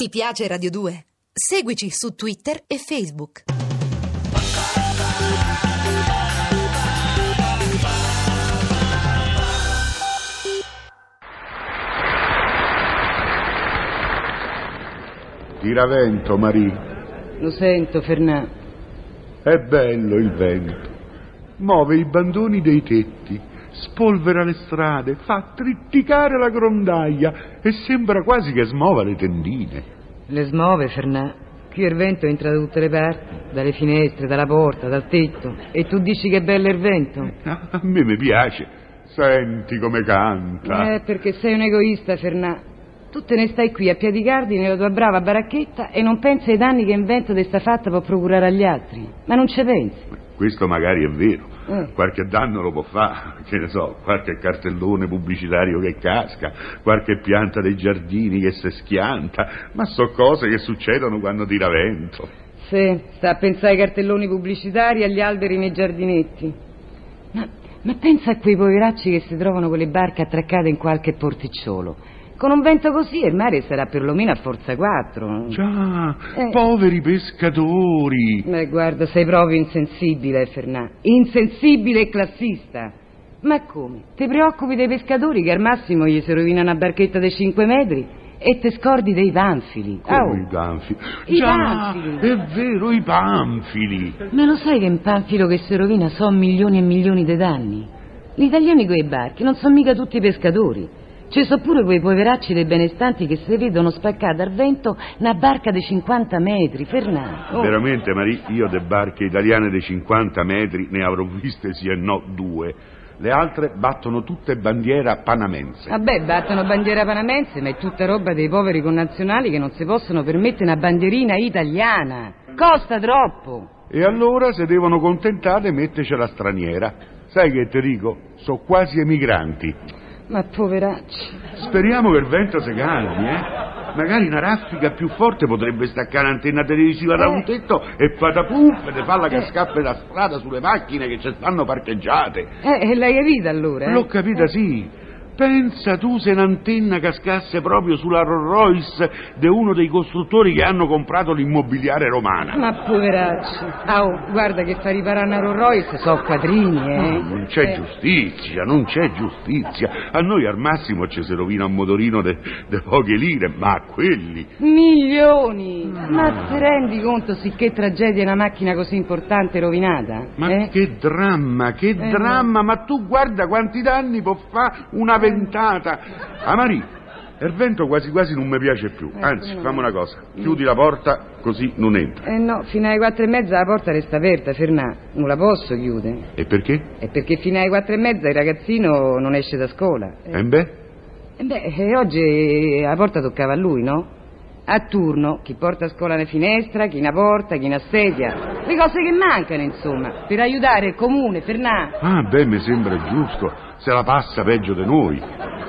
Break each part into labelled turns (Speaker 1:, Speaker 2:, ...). Speaker 1: Ti piace Radio 2? Seguici su Twitter e Facebook.
Speaker 2: Di Ravento, Marie.
Speaker 3: Lo sento, Fernà.
Speaker 2: È bello il vento. Muove i bandoni dei tetti, spolvera le strade, fa tritticare la grondaia e sembra quasi che smuova le tendine.
Speaker 3: Le smuove, Fernà. Qui il vento entra da tutte le parti, dalle finestre, dalla porta, dal tetto. E tu dici che è bello il vento?
Speaker 2: A me mi piace. Senti come canta.
Speaker 3: Eh, perché sei un egoista, Fernà. Tu te ne stai qui a Piedicardi nella tua brava baracchetta e non pensi ai danni che un vento di sta fatta può procurare agli altri. Ma non ci pensi.
Speaker 2: Questo magari è vero.
Speaker 3: Mm.
Speaker 2: Qualche danno lo può fare, che ne so, qualche cartellone pubblicitario che casca, qualche pianta dei giardini che se schianta, ma so cose che succedono quando tira vento.
Speaker 3: Sì, sta a pensare ai cartelloni pubblicitari e agli alberi nei giardinetti. Ma, ma pensa a quei poveracci che si trovano con le barche attraccate in qualche porticciolo. Con un vento così il mare sarà perlomeno a forza 4.
Speaker 2: Già,
Speaker 3: Eh.
Speaker 2: poveri pescatori.
Speaker 3: Ma Eh, guarda, sei proprio insensibile, Fernà. Insensibile e classista. Ma come? Ti preoccupi dei pescatori che al massimo gli si rovina una barchetta di 5 metri e te scordi dei panfili. Au.
Speaker 2: Come i panfili.
Speaker 3: I
Speaker 2: Già,
Speaker 3: panfili.
Speaker 2: è vero, i panfili.
Speaker 3: Ma lo sai che in panfilo che si rovina sono milioni e milioni di danni? Gli italiani quei barchi non sono mica tutti pescatori. Ci sono pure quei poveracci dei benestanti che si vedono spaccare dal vento una barca di 50 metri, Fernando.
Speaker 2: Veramente, Marie, io de barche italiane dei 50 metri ne avrò viste sì e no due. Le altre battono tutte bandiera panamense.
Speaker 3: Vabbè, battono bandiera panamense, ma è tutta roba dei poveri connazionali che non si possono permettere una bandierina italiana. Costa troppo.
Speaker 2: E allora se devono contentare mettercela straniera. Sai che te dico, so quasi emigranti.
Speaker 3: Ma poveracci.
Speaker 2: Speriamo che il vento si calmi, eh? Magari una raffica più forte potrebbe staccare l'antenna televisiva da
Speaker 3: Eh.
Speaker 2: un tetto e patapum, te falla che scappa la strada sulle macchine che ci stanno parcheggiate.
Speaker 3: Eh, l'hai capita allora? eh?
Speaker 2: L'ho capita, sì. Pensa tu se un'antenna cascasse proprio sulla Rolls Royce di uno dei costruttori che hanno comprato l'immobiliare romana.
Speaker 3: Ma poveracci. Au, guarda che fa riparare una Rolls Royce, so quadrini, eh.
Speaker 2: Ah, Mm, Non c'è
Speaker 3: Eh,
Speaker 2: giustizia, non c'è giustizia. A noi al massimo ci si rovina un motorino de, de poche lire, ma a quelli.
Speaker 3: Milioni! Ma ti rendi conto sì che tragedia è una macchina così importante rovinata?
Speaker 2: Ma
Speaker 3: eh?
Speaker 2: che dramma, che
Speaker 3: no.
Speaker 2: dramma! Ma tu guarda quanti danni può fare
Speaker 3: Eh.
Speaker 2: una ventata! Amarì, il vento quasi quasi non mi piace più. Anzi,
Speaker 3: Eh, come no. Mm.
Speaker 2: fammi una cosa, chiudi la porta così non entra.
Speaker 3: Eh no, fino alle quattro e mezza la porta resta aperta, Fernà. Non la posso chiudere.
Speaker 2: E perché?
Speaker 3: È perché fino alle quattro e mezza il ragazzino non esce da scuola.
Speaker 2: Eh beh?
Speaker 3: Eh beh, eh, oggi la porta toccava a lui, no? A turno, chi porta a scuola una finestra, chi una porta, chi una sedia. Le cose che mancano, insomma, per aiutare il comune, Fernà.
Speaker 2: Ah, beh, mi sembra giusto. Se la passa peggio di noi.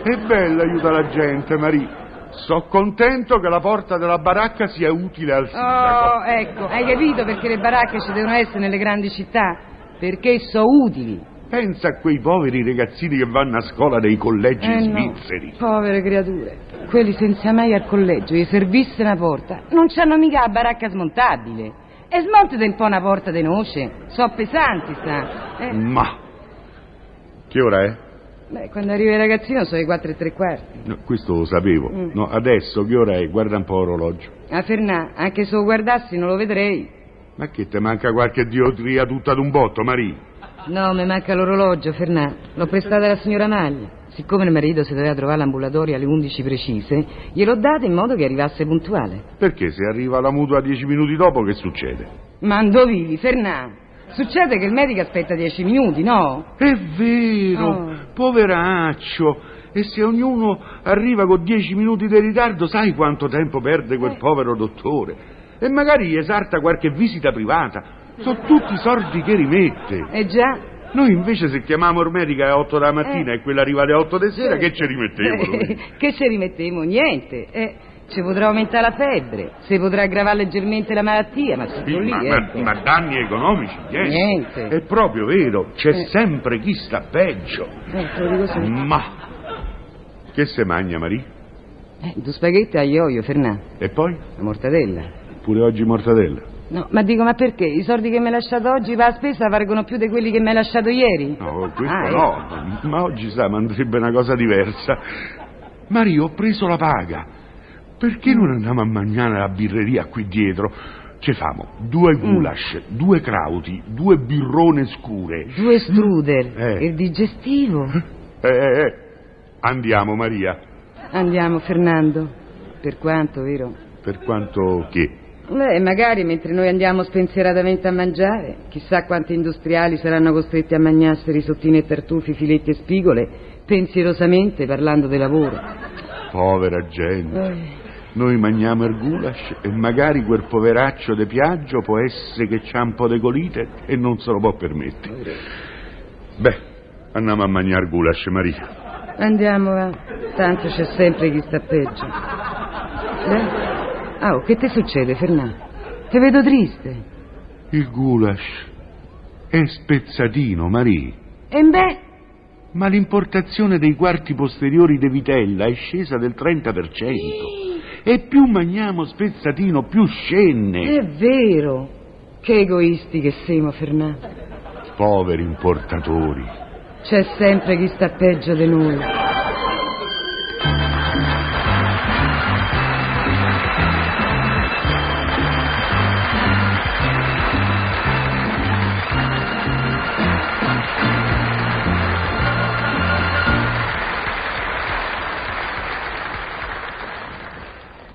Speaker 2: È bello aiuta la gente, Marie. So contento che la porta della baracca sia utile al sindaco.
Speaker 3: Oh, ecco, hai capito perché le baracche ci devono essere nelle grandi città? Perché sono utili.
Speaker 2: Pensa a quei poveri ragazzini che vanno a scuola nei collegi
Speaker 3: Eh, no.
Speaker 2: svizzeri.
Speaker 3: Povere creature. Quelli senza mai al collegio, gli servisse una porta, non c'hanno mica la baracca smontabile. E smontate un po' una porta di noce, so pesanti, sta. Eh,
Speaker 2: Ma. Che ora è?
Speaker 3: beh, quando arriva il ragazzino sono le quattro e tre quarti.
Speaker 2: No, questo lo sapevo. No, adesso che ora è? Guarda un po' l'orologio.
Speaker 3: A Ah, Fernà, anche se lo guardassi non lo vedrei.
Speaker 2: Ma che te manca qualche diotria tutta d'un botto, Marie?
Speaker 3: No, mi manca l'orologio, Fernà. L'ho prestata alla signora Maglia. Siccome il marito si doveva trovare all'ambulatorio alle 11 precise, gliel'ho data in modo che arrivasse puntuale.
Speaker 2: Perché se arriva la mutua dieci minuti dopo che succede?
Speaker 3: Mandovili, Fernà. Succede che il medico aspetta dieci minuti, no?
Speaker 2: È vero,
Speaker 3: Oh.
Speaker 2: poveraccio. E se ognuno arriva con dieci minuti di ritardo, sai quanto tempo perde quel povero dottore? E magari gli esalta qualche visita privata. Sono tutti sordi che rimette.
Speaker 3: Eh già.
Speaker 2: Noi invece se chiamiamo il medico alle 8 della
Speaker 3: Eh.
Speaker 2: mattina e quella arriva alle 8 di sera, che ci rimettevo? noi?
Speaker 3: che ci rimettiamo? Niente. Eh, ci potrà aumentare la febbre, si potrà aggravare leggermente la malattia, ma
Speaker 2: Sì,
Speaker 3: tutto lì,
Speaker 2: ma, ma-
Speaker 3: ecco.
Speaker 2: ma danni economici, niente.
Speaker 3: Niente.
Speaker 2: È proprio vero, c'è sempre chi sta peggio.
Speaker 3: Eh, te lo dico sempre.
Speaker 2: Ma che se magna, Marie?
Speaker 3: Eh, due spaghetti a ioio, Fernà.
Speaker 2: E poi?
Speaker 3: La mortadella.
Speaker 2: Pure oggi mortadella.
Speaker 3: No, ma dico, ma perché? I soldi che mi hai lasciato oggi per la spesa valgono più di quelli che mi hai lasciato ieri?
Speaker 2: No, questo
Speaker 3: Ah,
Speaker 2: no. Ma oggi sa, andrebbe una cosa diversa. Mario, ho preso la paga. Perché non andiamo a mangiare alla birreria qui dietro? Ce famo due goulash, due crauti, due birrone scure.
Speaker 3: Due struder,
Speaker 2: Eh.
Speaker 3: il digestivo.
Speaker 2: Eh, eh, eh. Andiamo, Maria.
Speaker 3: Andiamo, Fernando. Per quanto, vero?
Speaker 2: Per quanto che.
Speaker 3: Beh, magari mentre noi andiamo spensieratamente a mangiare, chissà quanti industriali saranno costretti a mangiarseli sottine e tartufi, filetti e spigole, pensierosamente parlando di lavoro.
Speaker 2: Povera gente.
Speaker 3: Eh.
Speaker 2: Noi mangiamo il goulash e magari quel poveraccio de Piaggio può essere che c'ha un po' de colite e non se lo può permettere. Beh, andiamo a mangiare goulash, Maria.
Speaker 3: Andiamo, va. Tanto c'è sempre chi sta peggio. Eh? Ah, oh, che ti succede, Fernando? Ti vedo triste.
Speaker 2: Il goulash è spezzatino, Maria.
Speaker 3: E beh,
Speaker 2: Ma l'importazione dei quarti posteriori di Vitella è scesa del 30%. E più mangiamo spezzatino, più scende.
Speaker 3: è vero. Che egoisti che siamo, Fernando.
Speaker 2: Poveri importatori.
Speaker 3: C'è sempre chi sta peggio di noi.